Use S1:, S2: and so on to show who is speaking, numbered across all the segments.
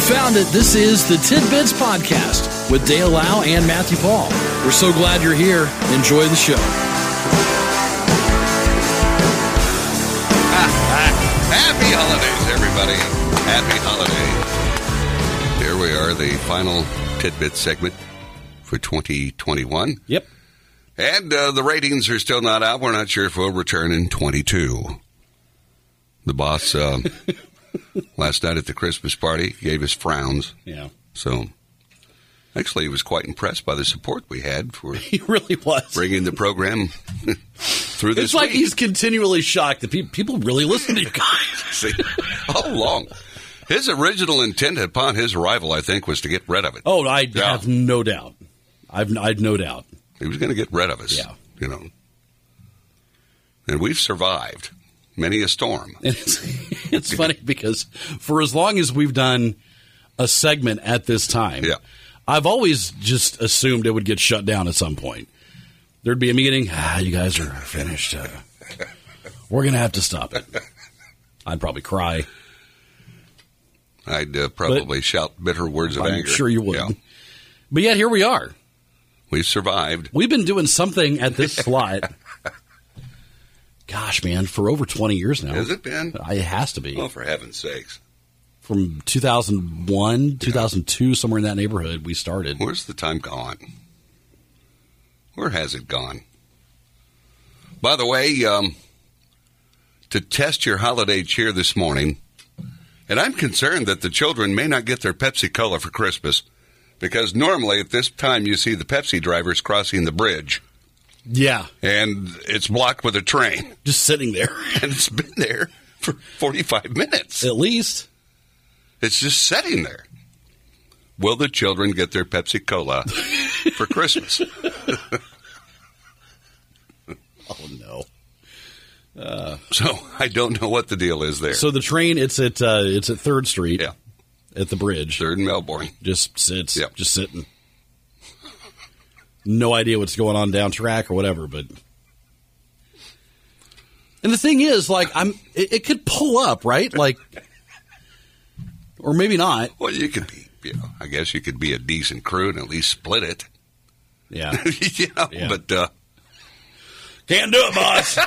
S1: found it. This is the Tidbits Podcast with Dale Lau and Matthew Paul. We're so glad you're here. Enjoy the show.
S2: Happy holidays, everybody. Happy holidays. Here we are, the final tidbit segment for 2021.
S3: Yep.
S2: And uh, the ratings are still not out. We're not sure if we'll return in 22. The boss uh, last night at the Christmas party gave us frowns.
S3: Yeah.
S2: So actually, he was quite impressed by the support we had for
S3: He really was.
S2: bringing the program through this
S3: it's like
S2: week.
S3: he's continually shocked that pe- people really listen to you guys.
S2: See, all along. His original intent upon his arrival, I think, was to get rid of it.
S3: Oh, I
S2: Yeah.
S3: have no doubt. I've I've no doubt.
S2: He was going to get rid of us.
S3: Yeah.
S2: You know. And we've survived many a storm.
S3: And it's, it's funny because for as long as we've done a segment at this time,
S2: Yeah.
S3: I've always just assumed it would get shut down at some point. There'd be a meeting. Ah, you guys are finished. Uh, we're gonna have to stop it. I'd probably cry.
S2: I'd uh, probably shout bitter words of
S3: I'm
S2: anger.
S3: sure you would.
S2: Yeah.
S3: But yet here we are.
S2: We've survived.
S3: We've been doing something at this slot. Gosh, man, for over twenty years now.
S2: Has it been?
S3: I- It has to be
S2: Oh, for heaven's sakes.
S3: from 2001, 2002, somewhere in that neighborhood. We started.
S2: Where's the time gone? Where has it gone? By the way, um, to test your holiday cheer this morning, and I'm concerned that the children may not get their Pepsi Cola for Christmas because normally at this time you see the Pepsi drivers crossing the bridge
S3: Yeah,
S2: and it's blocked with a train
S3: just sitting there
S2: and it's been there for 45 minutes.
S3: at least.
S2: It's just sitting there. Will the children get their Pepsi Cola for Christmas?
S3: Oh no!
S2: So I don't know what the deal is there.
S3: So the train it's at uh, it's at Third Street.
S2: yeah,
S3: at the bridge.
S2: third in Melbourne.
S3: Just sits.
S2: Yep.
S3: Just sitting. No idea what's going on down track or whatever, but. And the thing is, like, I'm. It, it could pull up, right? Like, or maybe not.
S2: Well, you could be, you know, I guess you could be a decent crew and at least split it.
S3: Yeah,
S2: you know,
S3: Yeah.
S2: but uh,
S3: can't do it, boss.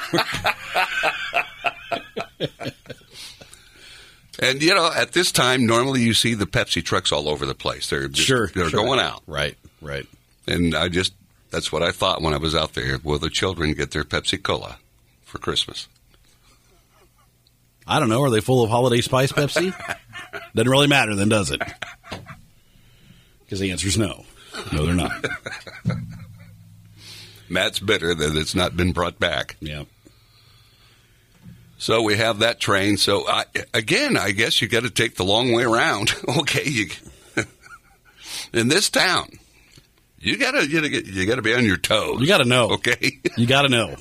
S2: and you know, at this time, normally you see the Pepsi trucks all over the place. They're just,
S3: sure,
S2: they're
S3: sure.
S2: going out,
S3: Right, right.
S2: and I just that's what I thought when I was out there. Will the children get their Pepsi Cola for Christmas?
S3: I don't know. Are they full of holiday spice Pepsi? Doesn't really matter, then, does it? Because the answer's no. No, they're not.
S2: Matt's bitter that it's not been brought back.
S3: Yeah.
S2: So we have that train. So I, again, I guess you got to take the long way around. okay, you, in this town, you gotta you gotta, you gotta be on your toes.
S3: You got to know.
S2: okay,
S3: You got to know.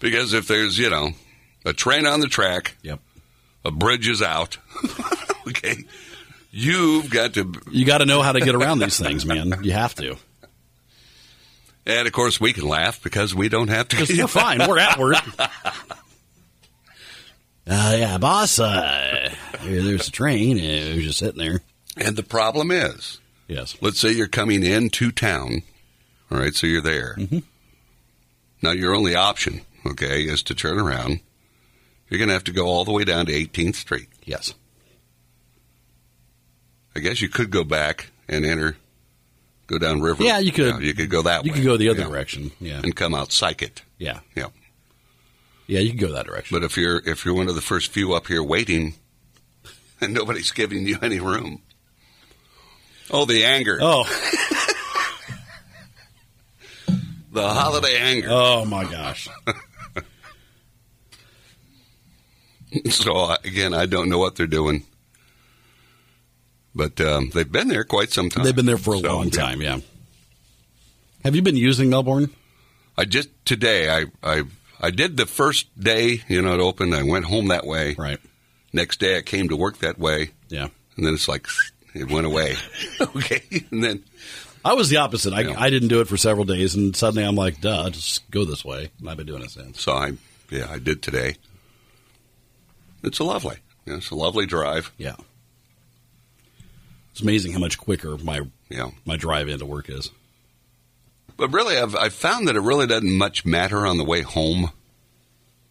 S2: because if there's you know a train on the track,
S3: Yep.
S2: a bridge is out. okay, you've got to,
S3: You got to know how to get around these things, man. You have to.
S2: and of course we can laugh because we don't have to.
S3: Because we're fine. We're at work. Uh, yeah, boss. Uh, there- there's a train. And it was just sitting there.
S2: And the problem is,
S3: Yes.
S2: let's say you're coming into town. All right, so you're there.
S3: Mm-hmm.
S2: Now your only option, okay, is to turn around. You're going to have to go all the way down to 18th Street.
S3: Yes.
S2: I guess you could go back and enter, go down River.
S3: Yeah, you could.
S2: you could go that
S3: You
S2: way.
S3: could go the other
S2: yeah,
S3: direction. Yeah.
S2: and come out Psychit.
S3: Yeah.
S2: Yeah,
S3: Yeah. You can go that direction.
S2: but if you're if you're one of the first few up here waiting, and nobody's giving you any room. Oh, the anger,
S3: oh.
S2: the holiday anger.
S3: Oh my gosh.
S2: So uh, again, I don't know what they're doing, but um, they've been there quite some time.
S3: They've been there for a
S2: So,
S3: long
S2: yeah.
S3: time. Yeah. Have you been using Melbourne?
S2: I just today, I, I I did the first day, you know, it opened. I went home that way.
S3: Right.
S2: Next day, I came to work that way,
S3: Yeah.
S2: and then it's like it went away. okay, and then
S3: I was the opposite. I,
S2: Yeah.
S3: I didn't do it for several days, and suddenly I'm like, duh, just go this way. And I've been doing it since.
S2: so I yeah I did today. It's a lovely, you know, it's a lovely drive.
S3: Yeah. It's amazing how much quicker my
S2: Yeah.
S3: my drive into work is.
S2: But really, I've, I've found that it really doesn't much matter on the way home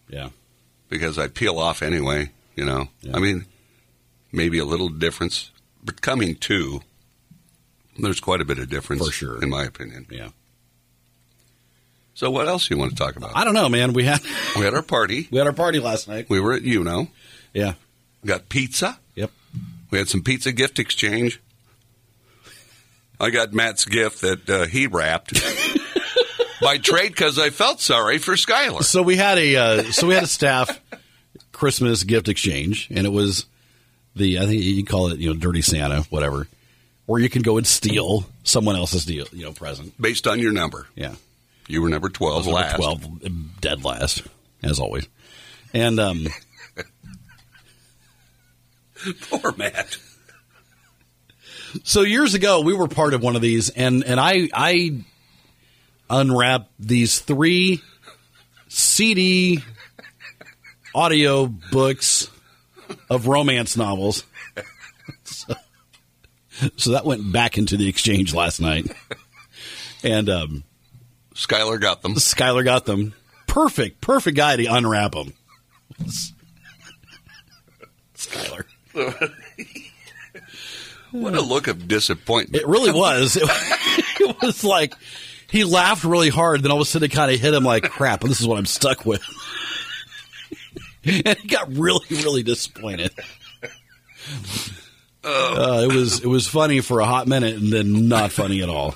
S3: Yeah.
S2: because I peel off anyway, you know.
S3: Yeah.
S2: I mean, maybe a little difference, but coming to, there's quite a bit of difference
S3: For sure.
S2: in my opinion.
S3: Yeah.
S2: So what else do you want to talk about?
S3: I don't know, man. We had
S2: We had our party.
S3: we had our party last night.
S2: We were at Uno.
S3: Yeah.
S2: Got pizza.
S3: Yep.
S2: We had some pizza gift exchange. I got Matt's gift that uh, he wrapped by trade because I felt sorry for Skylar.
S3: So we had a uh, so we had a staff Christmas gift exchange, and it was the I think you call it you know Dirty Santa, whatever, where you can go and steal someone else's deal, you know, present.
S2: Based on your number,
S3: Yeah.
S2: you were number twelve
S3: Number
S2: last.
S3: 12 dead last as always and um
S2: Poor Matt.
S3: so years ago we were part of one of these and and i i unwrapped these three cd audio books of romance novels so, so that went back into the exchange last night and um
S2: Skylar got them.
S3: Skylar got them. Perfect, perfect guy to unwrap them. Skylar.
S2: What a look of disappointment.
S3: It really was. It, was like he laughed really hard, then all of a sudden it kind of hit him like, crap, this is what I'm stuck with. and he got really, really disappointed. Uh, it was it was funny for a hot minute, and then not funny at all.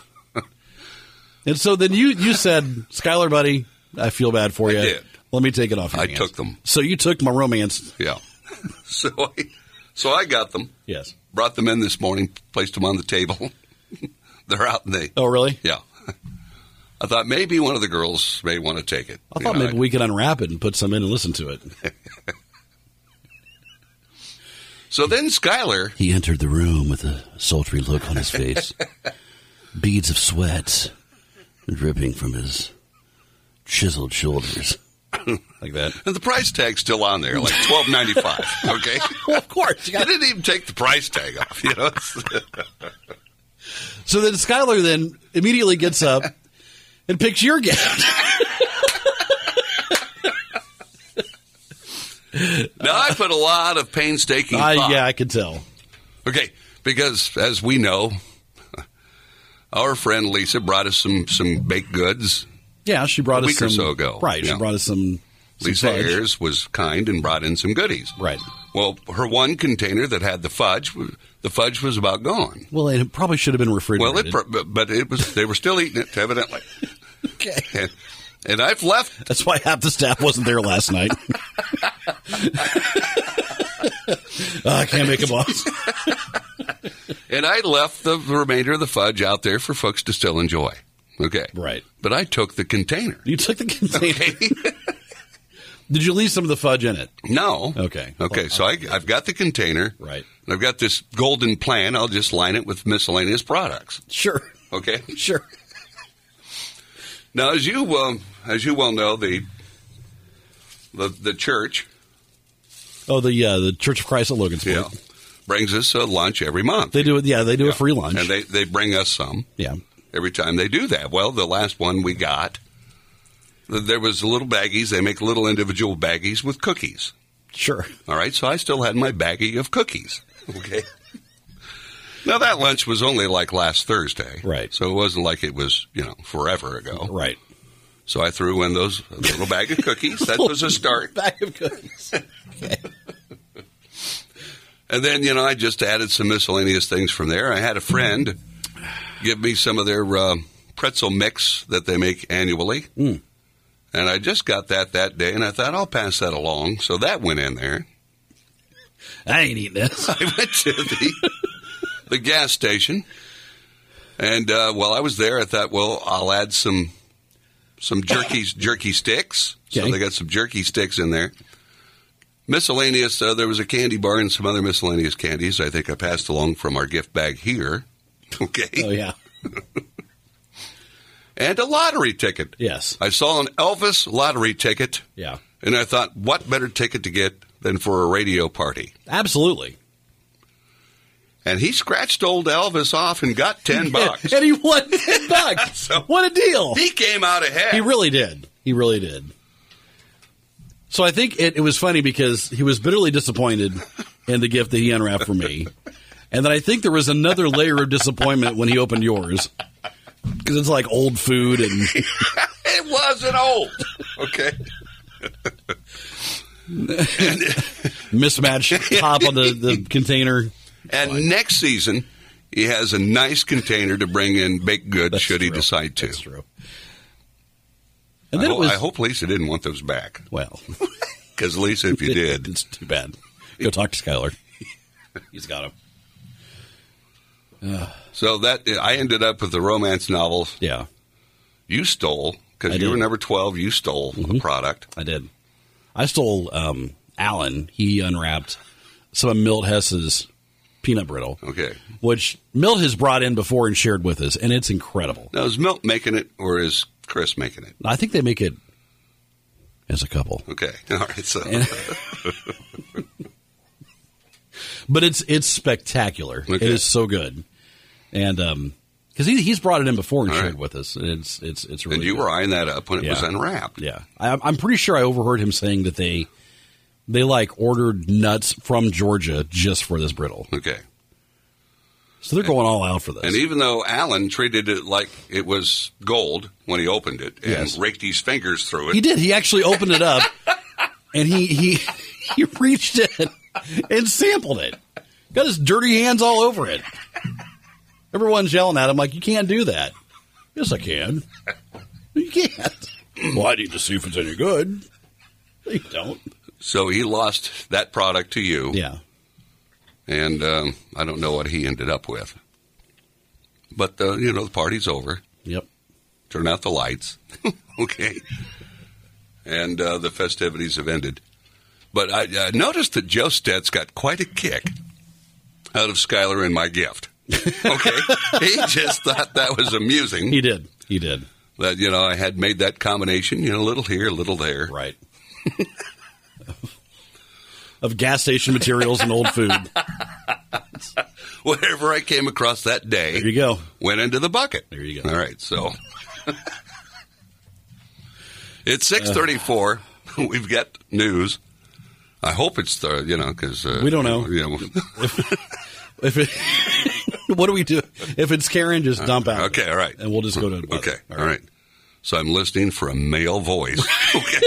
S3: And so then you you said, Skylar, buddy, I feel bad for you.
S2: did.
S3: Let me take it off. Your
S2: I
S3: hands."
S2: took them.
S3: So you took my romance.
S2: Yeah. So I, so I got them.
S3: Yes.
S2: Brought them in this morning. Placed them on the table. They're out in the
S3: Oh, really?
S2: yeah. I thought maybe one of the girls may want to take it.
S3: I
S2: You
S3: thought
S2: know,
S3: maybe we could unwrap it and put some in and listen to it.
S2: So then Skylar
S3: He entered the room with a sultry look on his face, beads of sweat dripping from his chiseled shoulders. Like that.
S2: And the price tag's still on there, like twelve ninety five. Okay,
S3: Well, of course. You
S2: I didn't even take the price tag off. You know, It's-
S3: So then Skylar then immediately gets up and picks your gift.
S2: now I put a lot of painstaking
S3: I,
S2: thought.
S3: yeah, I could tell.
S2: Okay, because as we know, our friend Lisa brought us some some baked goods.
S3: Yeah, she brought
S2: A
S3: us
S2: week
S3: some-
S2: or so ago,
S3: Right,
S2: yeah.
S3: she brought us some. some
S2: Lisa
S3: fudge.
S2: Ayers was kind and brought in some goodies.
S3: Right.
S2: Well, her one container that had the fudge, the fudge was about gone.
S3: Well, and it probably should have been
S2: Well,
S3: refrigerated.
S2: it pro- but it was they were still eating it evidently,
S3: okay.
S2: and, and I've left
S3: That's why half the staff wasn't there last night. Uh, I can't make a boss.
S2: And I left the remainder of the fudge out there for folks to still enjoy. Okay.
S3: Right.
S2: But I took the container.
S3: You took the container. Did you leave some of the fudge in it?
S2: No.
S3: Okay.
S2: Okay. so I, I've got the container.
S3: Right.
S2: And I've got this golden plan. I'll just line it with miscellaneous products.
S3: Sure.
S2: Okay.
S3: Sure.
S2: Now, as you um, as you well know, the the, the church
S3: Oh, the uh, the Church of Christ at Logansport.
S2: yeah, brings us a lunch every month,
S3: They do it. Yeah, they do a free lunch.
S2: and they they bring us some.
S3: yeah.
S2: every time they do that. Well, the last one we got, th- there was little baggies. They make little individual baggies with cookies.
S3: Sure.
S2: All right, so I still had my baggie of cookies. Okay. Now that lunch was only like last Thursday,
S3: Right.
S2: So it wasn't like it was you know forever ago.
S3: Right.
S2: So I threw in those a little bag of cookies. That was a start,
S3: Bag of cookies.
S2: and then you know I just added some miscellaneous things from there. I had a friend give me some of their uh, pretzel mix that they make annually. And I just got that that day, and I thought I'll pass that along. So that went in there.
S3: I ain't eating this.
S2: I went to the the gas station, and uh, while I was there, I thought, well, I'll add some some jerky jerky sticks. So
S3: Okay.
S2: they got some jerky sticks in there. Miscellaneous. Uh, there was a candy bar and some other miscellaneous candies. I think I passed along from our gift bag here. Okay,
S3: Oh yeah.
S2: and a lottery ticket.
S3: Yes.
S2: I saw an Elvis lottery ticket.
S3: Yeah.
S2: And I thought, what better ticket to get than for a radio party?
S3: Absolutely.
S2: And he scratched old Elvis off and got 10 bucks.
S3: and he won ten bucks.
S2: So-
S3: what a deal!
S2: He came out ahead.
S3: He really did. He really did. So I think it, it was funny because he was bitterly disappointed in the gift that he unwrapped for me. And then I think there was another layer of disappointment when he opened yours because it's like old food and
S2: It wasn't old. Okay.
S3: mismatched top on the, the container.
S2: And next season, he has a nice container to bring in baked goods
S3: That's
S2: should he
S3: true.
S2: decide to.
S3: That's true. And then
S2: I,
S3: it
S2: ho-
S3: was
S2: I hope Lisa didn't want those back.
S3: well,
S2: Because, Lisa, if you did,
S3: it's too bad. Go talk to Skylar. He's got him.
S2: So that I ended up with the romance novel
S3: Yeah,
S2: you stole
S3: I
S2: because you were
S3: did. Mm-hmm.
S2: number twelve. You stole the product.
S3: I did. I stole um, Alan. He unwrapped some of Milt Hess's peanut brittle,
S2: Okay.
S3: which Milt has brought in before and shared with us, and it's incredible.
S2: Now is Milt making it or is Chris making it?
S3: I think they make it as a couple,
S2: Okay. All right. So
S3: but it's it's spectacular.
S2: Okay.
S3: It is so good, and um, because he, he's brought it in before and
S2: All
S3: shared
S2: right.
S3: with us, and it's it's it's really
S2: and you
S3: good.
S2: were eyeing that up when it was
S3: Yeah.
S2: unwrapped.
S3: Yeah, I, I'm pretty sure I overheard him saying that they they like ordered nuts from Georgia just for this brittle.
S2: Okay.
S3: So they're going all out for this.
S2: And even though Alan treated it like it was gold when he opened it and
S3: Yes.
S2: raked his fingers through it,
S3: He did. He actually opened it up, and he he he reached in and sampled it. Got his dirty hands all over it. Everyone's yelling at him like, "You can't do that." Yes, I can. You can't. Well, I need to see if it's any good. They don't.
S2: so he lost that product to you.
S3: Yeah.
S2: And um, I don't know what he ended up with. But the you know the party's over.
S3: Yep.
S2: turn out the lights. okay. And uh, the festivities have ended. But I, I noticed that Joe Stetz got quite a kick out of Skylar and my gift. Okay. he just thought that was amusing
S3: He did. He did.
S2: that, you know, I had made that combination, you know, a little here, a little there.
S3: Right. of gas station materials and old food.
S2: Whatever I came across that day
S3: There you go.
S2: went into the bucket.
S3: There you go.
S2: All right. So it's
S3: Uh.
S2: 634. We've got news. I hope it's the, you know, because uh,
S3: We don't know.
S2: You know
S3: If it, what do we do? If it's Karen, just dump out.
S2: okay, all right.
S3: And we'll just go to weather.
S2: Okay, all right. So I'm listening for a male voice. okay,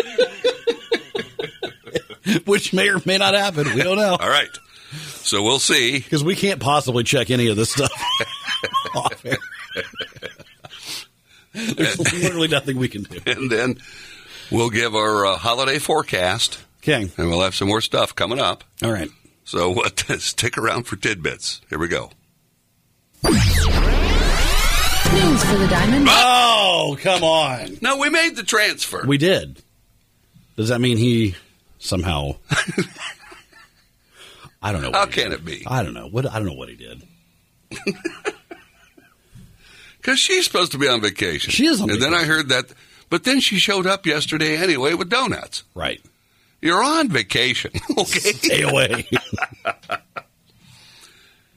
S3: Which may or may not happen. We don't know
S2: all right. So we'll see.
S3: because we can't possibly check any of this stuff. off air. There's literally nothing we can do.
S2: And then we'll give our uh, holiday forecast,
S3: Okay.
S2: and we'll have some more stuff coming up.
S3: All right.
S2: So what? stick around for tidbits. Here we go.
S4: News for the Diamond.
S3: Oh, come on.
S2: No, we made the transfer.
S3: We did. Does that mean he somehow? I don't know. what
S2: How
S3: he
S2: can
S3: did.
S2: it be?
S3: I don't know. What I don't know what he did.
S2: Because she's supposed to be on vacation.
S3: She is on
S2: and then I
S3: vacation.
S2: heard that, but then she showed up yesterday anyway with donuts.
S3: Right.
S2: You're on vacation. okay.
S3: Stay away.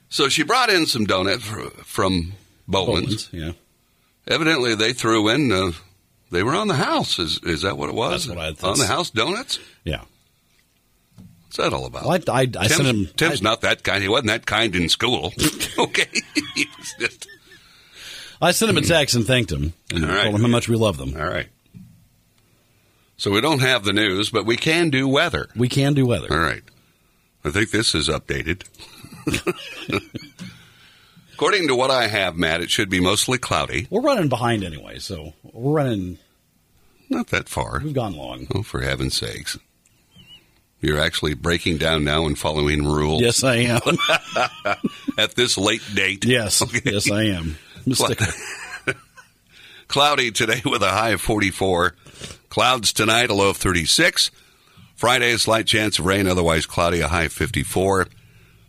S2: So she brought in some donuts fr- from Bowman's.
S3: Bowman's, yeah.
S2: Evidently, they threw in. Uh, they were on the house. Is is that what it was?
S3: That's what I thought.
S2: on the house donuts.
S3: Yeah.
S2: What's that all about?
S3: Well, I, I, I
S2: Tim's,
S3: sent him.
S2: Tim's not that kind. He wasn't that kind in school. okay. He was just-
S3: I sent him a text and thanked him and
S2: All right.
S3: told him how much we love them.
S2: all right. So we don't have the news, but we can do weather.
S3: We can do weather.
S2: All right. I think this is updated. According to what I have, Matt, it should be mostly cloudy.
S3: We're running behind anyway, so we're running.
S2: Not that far.
S3: We've gone long.
S2: Oh, for heaven's sakes. You're actually breaking down now and following rules
S3: Yes, I am.
S2: at this late date.
S3: yes, yes, I am. Mystical.
S2: Cloudy today with a high of 44. Clouds tonight, a low of 36. Friday, a slight chance of rain, otherwise cloudy, a high of 54.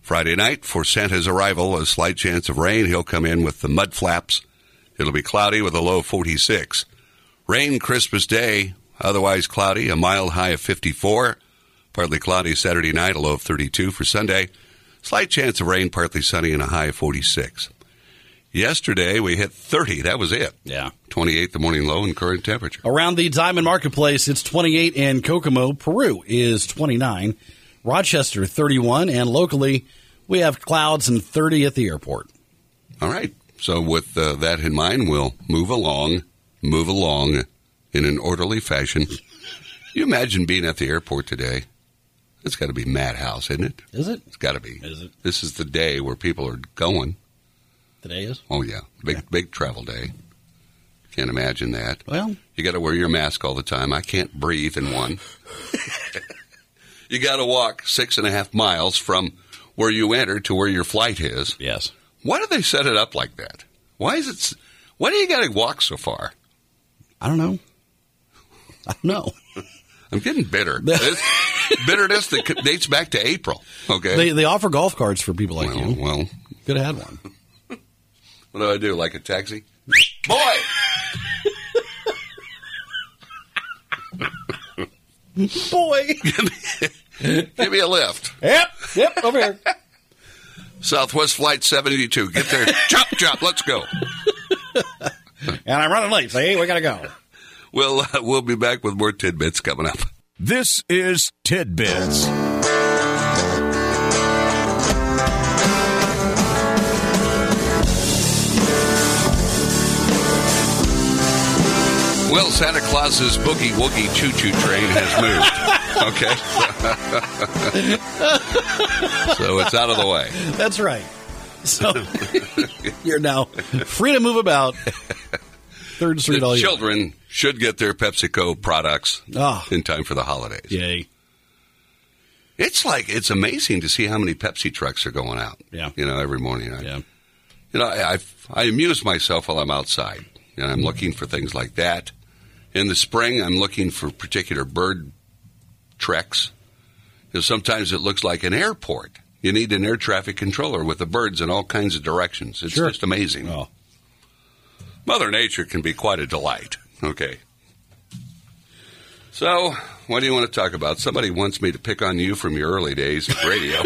S2: Friday night, for Santa's arrival, a slight chance of rain. He'll come in with the mud flaps. It'll be cloudy with a low of 46. Rain Christmas Day, otherwise cloudy, a mild high of 54. Partly cloudy Saturday night, a low of 32 for Sunday. Slight chance of rain, partly sunny, and a high of 46. Yesterday, we hit 30. That was it.
S3: Yeah.
S2: 28 the morning low and current temperature.
S3: Around the Diamond Marketplace, it's 28 in Kokomo. Peru is 29. Rochester, 31. And locally, we have clouds and 30 at the airport.
S2: All right. So, with uh, that in mind, we'll move along, move along in an orderly fashion. you imagine being at the airport today? It's got to be madhouse, isn't it?
S3: Is it?
S2: It's got to be.
S3: Is it?
S2: This is the day where people are going.
S3: Today is?
S2: Oh, yeah. Big, big travel day. Can't imagine that.
S3: Well,
S2: You got to wear your mask all the time. I can't breathe in one. you got to walk six and a half miles from where you enter to where your flight is.
S3: yes.
S2: Why do they set it up like that? Why is it? s- Why do you got to walk so far?
S3: I don't know. I don't know.
S2: I'm getting bitter. This- bitterness that c- dates back to April. Okay.
S3: They, they offer golf carts for people like
S2: well,
S3: you.
S2: well,
S3: Could have had one.
S2: what do I do? Like a taxi? Boy.
S3: Boy.
S2: Give me a lift.
S3: yep. Yep. Over here.
S2: Southwest Flight 72. Get there. chop, chop. Let's go.
S3: And I'm running late. Say, hey, we got to go.
S2: We'll, uh, we'll be back with more tidbits coming up.
S5: This is Tidbits.
S2: Well, Santa Claus's boogie woogie choo choo train has moved. Okay. so it's out of the way.
S3: That's right. So you're now free to move about. Third Street all
S2: The
S3: year.
S2: children should get their PepsiCo products
S3: Ah.
S2: in time for the holidays.
S3: Yay.
S2: It's like it's amazing to see how many Pepsi trucks are going out.
S3: Yeah.
S2: You know, every morning. I,
S3: Yeah.
S2: You know, I, I I amuse myself while I'm outside, and I'm looking for things like that. In the spring, I'm looking for particular bird treks. Because sometimes it looks like an airport. You need an air traffic controller with the birds in all kinds of directions. It's
S3: Sure.
S2: just amazing.
S3: Oh.
S2: Mother Nature can be quite a delight. Okay. So, what do you want to talk about? Somebody wants me to pick on you from your early days of radio.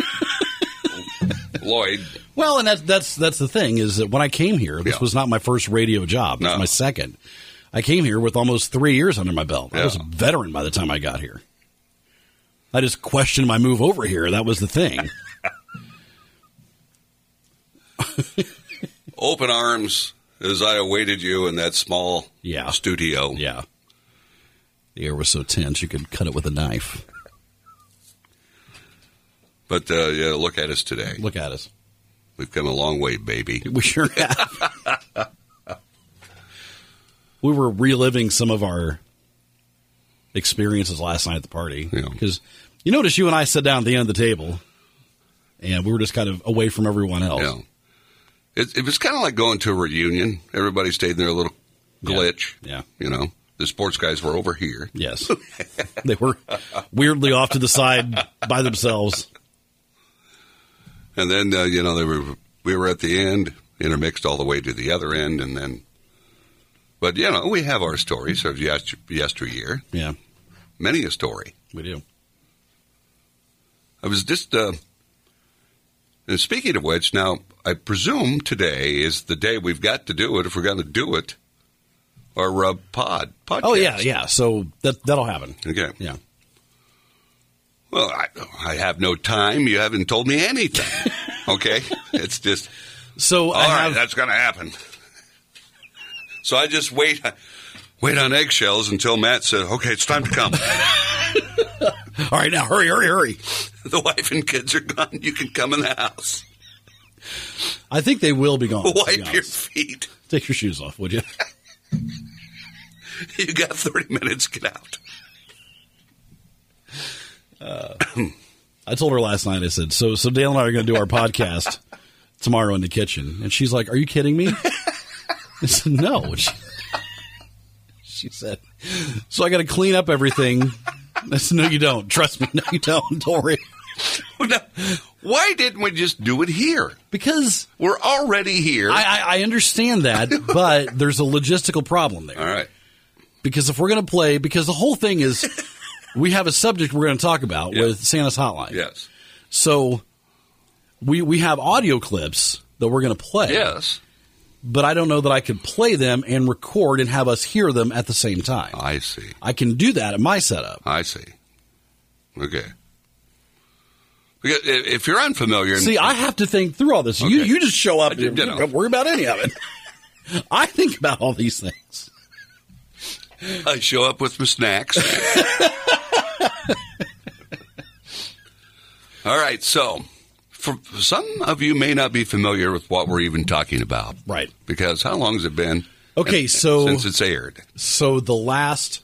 S2: Lloyd,
S3: Well, and that's that's that's the thing is that when I came here, this
S2: Yeah.
S3: was not my first radio job. It was
S2: No.
S3: my second. I came here with almost three years under my belt. I was a
S2: Yeah.
S3: veteran by the time I got here. I just questioned my move over here. That was the thing.
S2: open arms as I awaited you in that small
S3: Yeah.
S2: studio.
S3: yeah. The air was so tense you could cut it with a knife.
S2: But uh, yeah, look at us today.
S3: Look at us.
S2: We've come a long way, baby.
S3: We sure have. we were reliving some of our experiences last night at the party
S2: Yeah.
S3: because you notice you and I sat down at the end of the table, and we were just kind of away from everyone else.
S2: Yeah. It, it was kind of like going to a reunion. Everybody stayed in their little glitch.
S3: Yeah.
S2: You know, the sports guys were over here.
S3: Yes, they were weirdly off to the side by themselves.
S2: And then uh, you know they were we were at the end, intermixed all the way to the other end, and then. But you know we have our stories of yester- yesteryear,
S3: Yeah,
S2: many a story.
S3: we do.
S2: I was just. Uh, and speaking of which, now I presume today is the day we've got to do it if we're going to do it. Our uh, pod podcast.
S3: Oh yeah, yeah. So that that'll happen.
S2: Okay.
S3: Yeah.
S2: Well, I, I have no time. You haven't told me anything. okay. It's just.
S3: So I
S2: All right,
S3: have,
S2: that's going to happen. So I just wait, wait on eggshells until Matt said, "Okay, it's time to come."
S3: all right now. Hurry, hurry, hurry.
S2: the wife and kids are gone. You can come in the house.
S3: I think they will be gone. to be
S2: Wipe your
S3: honest.
S2: feet.
S3: Take your shoes off, would you?
S2: You got thirty minutes. Get out.
S3: I told her last night. I said, "So, so Dale and I are going to do our podcast tomorrow in the kitchen," and she's like, "Are you kidding me?" I said, "No." And She, she said, "So I got to clean up everything." I said, "No, you don't. Trust me. No, you don't. Don't worry."
S2: Well, now, Why didn't we just do it here?
S3: Because
S2: We're already here.
S3: I, I, I understand that, but there's a logistical problem there.
S2: All right.
S3: Because if we're going to play, because the whole thing is, we have a subject we're going to talk about
S2: Yeah.
S3: with Santa's Hotline.
S2: Yes.
S3: So we we have audio clips that we're going to play.
S2: Yes.
S3: But I don't know that I could play them and record and have us hear them at the same time.
S2: I see.
S3: I can do that at my setup.
S2: I see. Okay. Because i- If you're unfamiliar,
S3: See, I have to think through all this. You
S2: Okay.
S3: you just show up.
S2: I
S3: And
S2: did-
S3: you
S2: did know.
S3: don't worry about any of it. I think about all these things.
S2: I show up with my snacks. All right, so for some of you may not be familiar with what we're even talking about,
S3: Right.
S2: Because how long has it been?
S3: Okay, so-
S2: since it's aired,
S3: So the last,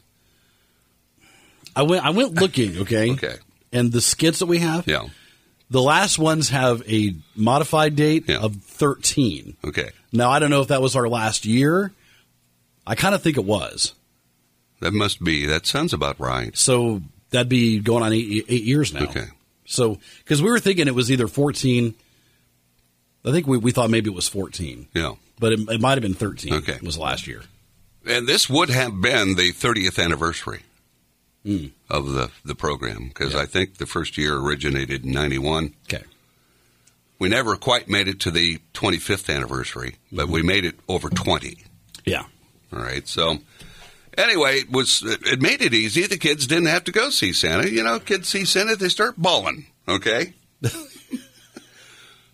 S3: I went I went looking. Okay.
S2: Okay.
S3: And the skits that we have,
S2: yeah,
S3: the last ones have a modified date
S2: Yeah.
S3: of thirteen.
S2: okay,
S3: Now I don't know if that was our last year. I kind of think it was.
S2: that must be. That sounds about right.
S3: So that'd be going on eight, eight years now.
S2: Okay.
S3: So because we were thinking it was either fourteen. I think we, we thought maybe it was fourteen,
S2: Yeah,
S3: but it, it might have been thirteen.
S2: Okay.
S3: Was last year.
S2: and this would have been the 30th anniversary
S3: Hmm.
S2: of the the program because I think the first year originated in '91.
S3: Okay.
S2: We never quite made it to the 25th anniversary, but we made it over 20.
S3: Yeah.
S2: All right. So anyway, it was it made it easy. The kids didn't have to go see Santa. You know, kids see Santa, they start bawling. Okay.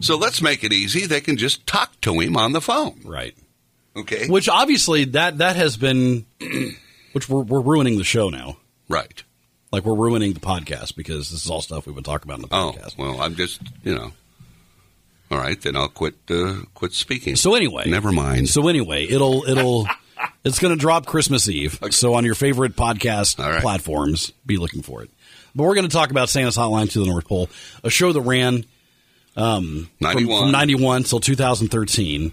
S2: so let's make it easy. They can just talk to him on the phone.
S3: Right.
S2: Okay.
S3: Which obviously that that has been, which we're we're ruining the show now.
S2: right.
S3: Like we're ruining the podcast because this is all stuff we've been talking about in the
S2: Oh
S3: podcast.
S2: well, I'm just you know. All right, then I'll quit. Uh, quit speaking.
S3: So anyway,
S2: never mind.
S3: So anyway, it'll it'll it's going to drop Christmas Eve. So on your favorite podcast
S2: All right.
S3: platforms, be looking for it. But we're going to talk about Santa's Hotline to the North Pole, a show that ran from,
S2: ninety-one.
S3: from 91 till 2013.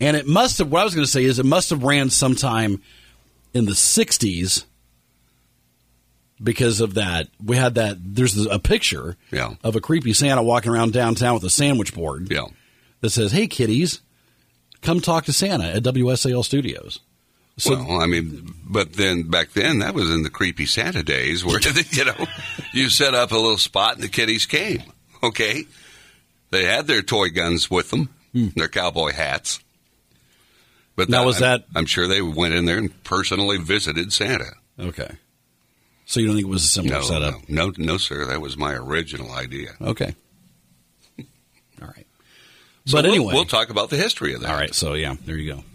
S3: And it must have, what I was going to say is it must have ran sometime in the 60s because of that. We had that, there's a picture
S2: Yeah.
S3: of a creepy Santa walking around downtown with a sandwich board
S2: Yeah.
S3: that says, Hey, kiddies, come talk to Santa at WSAL Studios. So,
S2: well, I mean, but then back then that was in the creepy Santa days where you know you set up a little spot and the kiddies came. Okay, they had their toy guns with them, their cowboy hats. But
S3: Hmm. Now,
S2: that-
S3: was
S2: I'm,
S3: that-
S2: I'm sure they went in there and personally visited Santa.
S3: okay. So you don't think it was a similar
S2: No,
S3: setup?
S2: no, no, no, sir. That was my original idea.
S3: Okay. All right.
S2: So
S3: but
S2: we'll-
S3: anyway.
S2: we'll talk about the history of that.
S3: all right. So, yeah, there you go.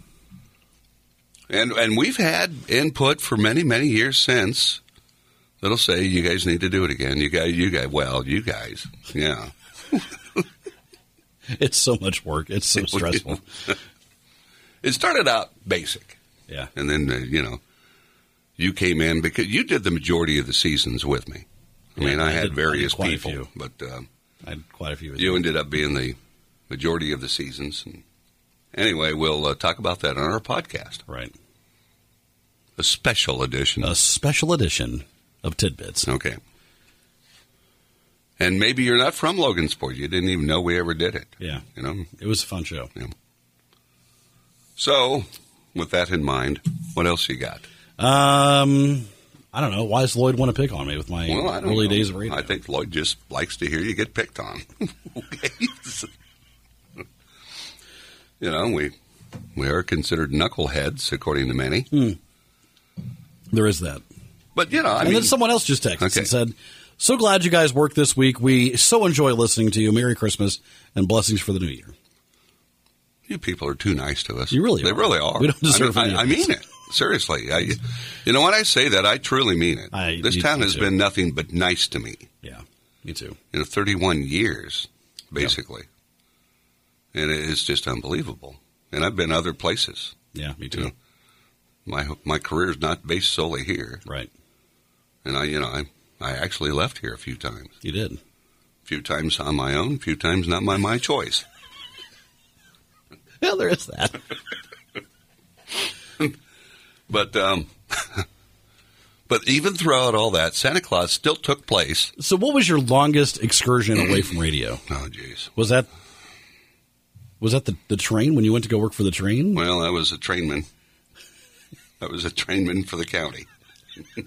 S2: And and we've had input for many many years since that'll say you guys need to do it again. You guys, you guys, well, you guys, yeah.
S3: It's so much work. It's so stressful.
S2: It started out basic,
S3: Yeah.
S2: and then uh, you know you came in because you did the majority of the seasons with me. I mean,
S3: Yeah,
S2: I,
S3: I
S2: had
S3: did- I
S2: various
S3: did quite a
S2: people,
S3: few.
S2: but um,
S3: I had quite a few.
S2: you ended up being the majority of the seasons. And anyway, we'll uh, talk about that on our podcast,
S3: right.
S2: a special edition.
S3: A special edition of Tidbits.
S2: Okay. And maybe you're not from Logansport. You didn't even know we ever did it.
S3: Yeah.
S2: You know.
S3: It was a fun show.
S2: So, with that in mind, what else you got?
S3: Um, I don't know. Why does Lloyd want to pick on me with my
S2: Well, I don't
S3: early
S2: know.
S3: days of radio?
S2: I think Lloyd just likes to hear you get picked on. okay. you know, we we are considered knuckleheads according to many.
S3: Hmm. there is that.
S2: But you know, I
S3: and
S2: mean,
S3: then someone else just texted
S2: Okay.
S3: and said, "So glad you guys worked this week. We so enjoy listening to you. Merry Christmas and blessings for the new year."
S2: You people are too nice to us.
S3: You really
S2: They
S3: are.
S2: really are.
S3: We don't deserve
S2: I mean,
S3: any
S2: I, I
S3: of
S2: mean
S3: this.
S2: it. Seriously. I, you know, when I say that, I truly mean it.
S3: I-
S2: this
S3: you-
S2: town
S3: you
S2: has
S3: too.
S2: been nothing but nice to me.
S3: Yeah, me too.
S2: You know, 31 years, basically. And it is just unbelievable. And I've been other places.
S3: Yeah, me too.
S2: Yeah. My my career is not based solely here.
S3: Right,
S2: And I, you know, I, I actually left here a few times.
S3: you did.
S2: A few times on my own, a few times not by my choice.
S3: Yeah, there is that.
S2: But, um, but even throughout all that, Santa Claus still took place.
S3: So, what was your longest excursion away from radio?
S2: Oh, jeez.
S3: Was that was that the, the train when you went to go work for the train?
S2: Well, I was a trainman. I was a trainman for the county. No,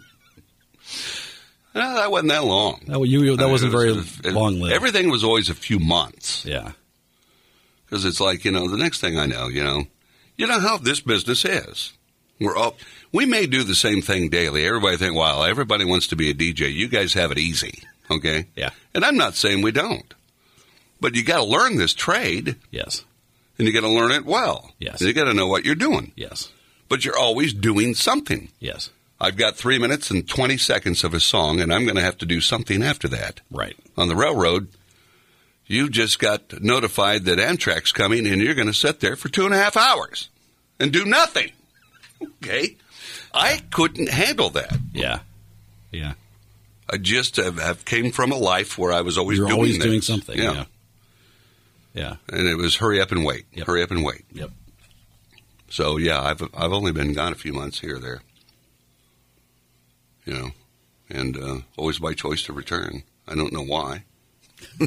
S2: that wasn't that long.
S3: That, wa- you, you- that wasn't
S2: It was-
S3: very
S2: it was- it-
S3: long lived.
S2: Everything was always a few months
S3: yeah.
S2: because it's like you know the next thing I know, you know, you know how this business is. We're up. We may do the same thing daily. Everybody think, wow, everybody wants to be a DJ. You guys have it easy, okay?
S3: Yeah.
S2: And I'm not saying we don't, but you got to learn this trade,
S3: Yes.
S2: and you got to learn it well.
S3: Yes.
S2: And you got to know what you're doing,
S3: Yes.
S2: but you're always doing something.
S3: Yes.
S2: I've got three minutes and 20 seconds of a song, and I'm going to have to do something after that.
S3: Right.
S2: On the railroad, you just got notified that Amtrak's coming, and you're going to sit there for two and a half hours and do nothing. Okay. I couldn't handle that.
S3: Yeah. Yeah.
S2: I just have, have came from a life where I was always
S3: You're
S2: doing
S3: always
S2: that.
S3: doing something. Yeah. Yeah.
S2: And it was hurry up and wait,
S3: Yep.
S2: hurry up and wait.
S3: Yep.
S2: So yeah, I've I've only been gone a few months here or there. You know, and uh, always by choice to return. I don't know why.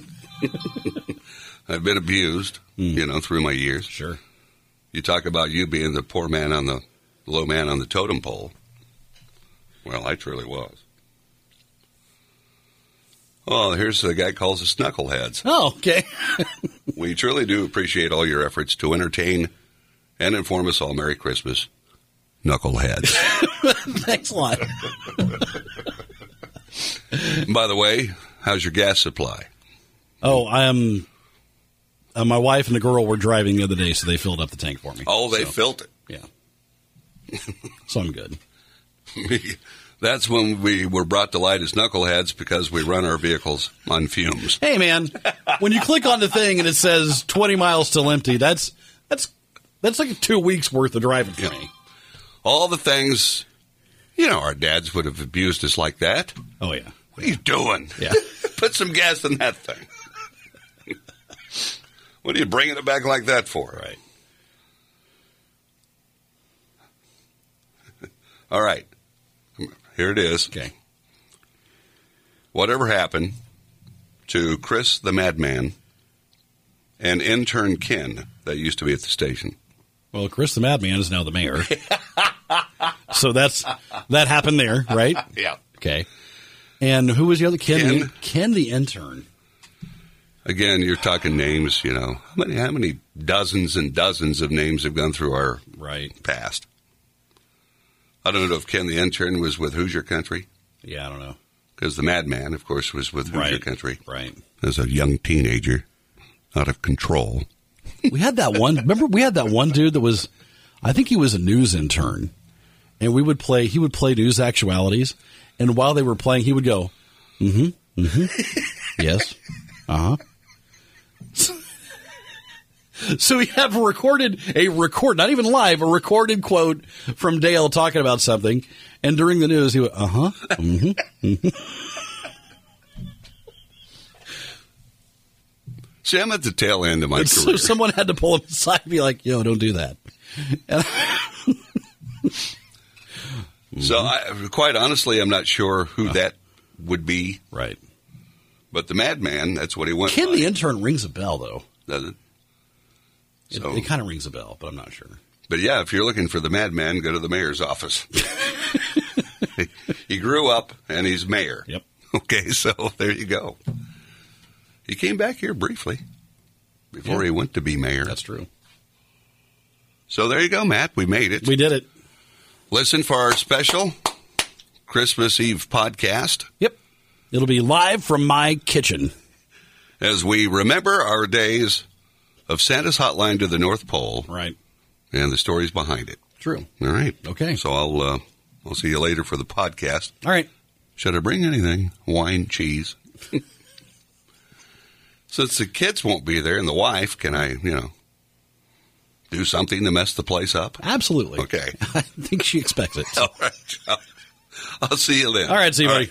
S2: I've been abused,
S3: Hmm.
S2: you know, through my years.
S3: Sure.
S2: You talk about you being the poor man on the low man on the totem pole. Well, I truly was. Oh, here's the guy calls us knuckleheads.
S3: Oh, okay.
S2: We truly do appreciate all your efforts to entertain and inform us all. Merry Christmas, knuckleheads.
S3: Thanks a lot.
S2: By the way, how's your gas supply?
S3: Oh, I am. Uh, my wife and the girl were driving the other day, so they filled up the tank for me.
S2: Oh, they
S3: So,
S2: filled it.
S3: yeah. so I'm good.
S2: That's when we were brought to light as knuckleheads because we run our vehicles on fumes.
S3: Hey, man, when you click on the thing and it says 20 miles till empty, that's that's that's like two weeks worth of driving for
S2: Yeah.
S3: me.
S2: All the things, you know, our dads would have abused us like that.
S3: Oh yeah,
S2: What are you doing?
S3: Yeah.
S2: Put some gas in that thing. what are you bringing it back like that for?
S3: right.
S2: All right. Here it is.
S3: Okay.
S2: Whatever happened to Chris the Madman and intern Ken that used to be at the station?
S3: Well, Chris the Madman is now the mayor, so that's that happened there, right?
S2: Yeah.
S3: Okay. And who was the other Ken?
S2: Ken.
S3: The, Ken the intern.
S2: Again, you're talking names, you know. How many how many dozens and dozens of names have gone through our
S3: Right.
S2: past? I don't know if Ken the intern was with Hoosier Country
S3: Yeah, I don't know.
S2: because the Madman, of course, was with Hoosier
S3: Right.
S2: Country
S3: Right.
S2: as a young teenager, out of control.
S3: We had that one. Remember, we had that one dude that was, I think he was a news intern, and we would play. He would play news actualities, and while they were playing, he would go, "Mm-hmm, mm-hmm, yes, uh huh." So we have recorded a record, not even live, a recorded quote from Dale talking about something, and during the news, he went, "Uh huh."
S2: See, I'm at the tail end of my
S3: And so
S2: career.
S3: someone had to pull him aside and be like, "Yo, don't do that."
S2: So, I, quite honestly, I'm not sure
S3: Uh.
S2: who that would be,
S3: Right.
S2: but the madman, that's what he went
S3: Ken
S2: by.
S3: the intern rings a bell though.
S2: Does it?
S3: It,
S2: So-
S3: it kind of rings a bell, but I'm not sure.
S2: But yeah, if you're looking for the madman, go to the mayor's office. he grew up and he's mayor.
S3: Yep.
S2: Okay, so there you go. He came back here briefly before
S3: Yeah.
S2: he went to be mayor.
S3: That's true.
S2: so there you go, Matt. We made it.
S3: We did it.
S2: Listen for our special Christmas Eve podcast.
S3: Yep. It'll be live from my kitchen.
S2: as we remember our days of Santa's hotline to the North Pole
S3: Right.
S2: and the stories behind it.
S3: True.
S2: All right.
S3: Okay.
S2: So I'll uh, I'll see you later for the podcast.
S3: All right.
S2: Should I bring anything? Wine, cheese. Since the kids won't be there and the wife, can I, you know, do something to mess the place up?
S3: Absolutely.
S2: Okay.
S3: I think she expects it.
S2: All right. I'll see you then.
S3: Oh. All right, see you,
S2: All
S3: buddy.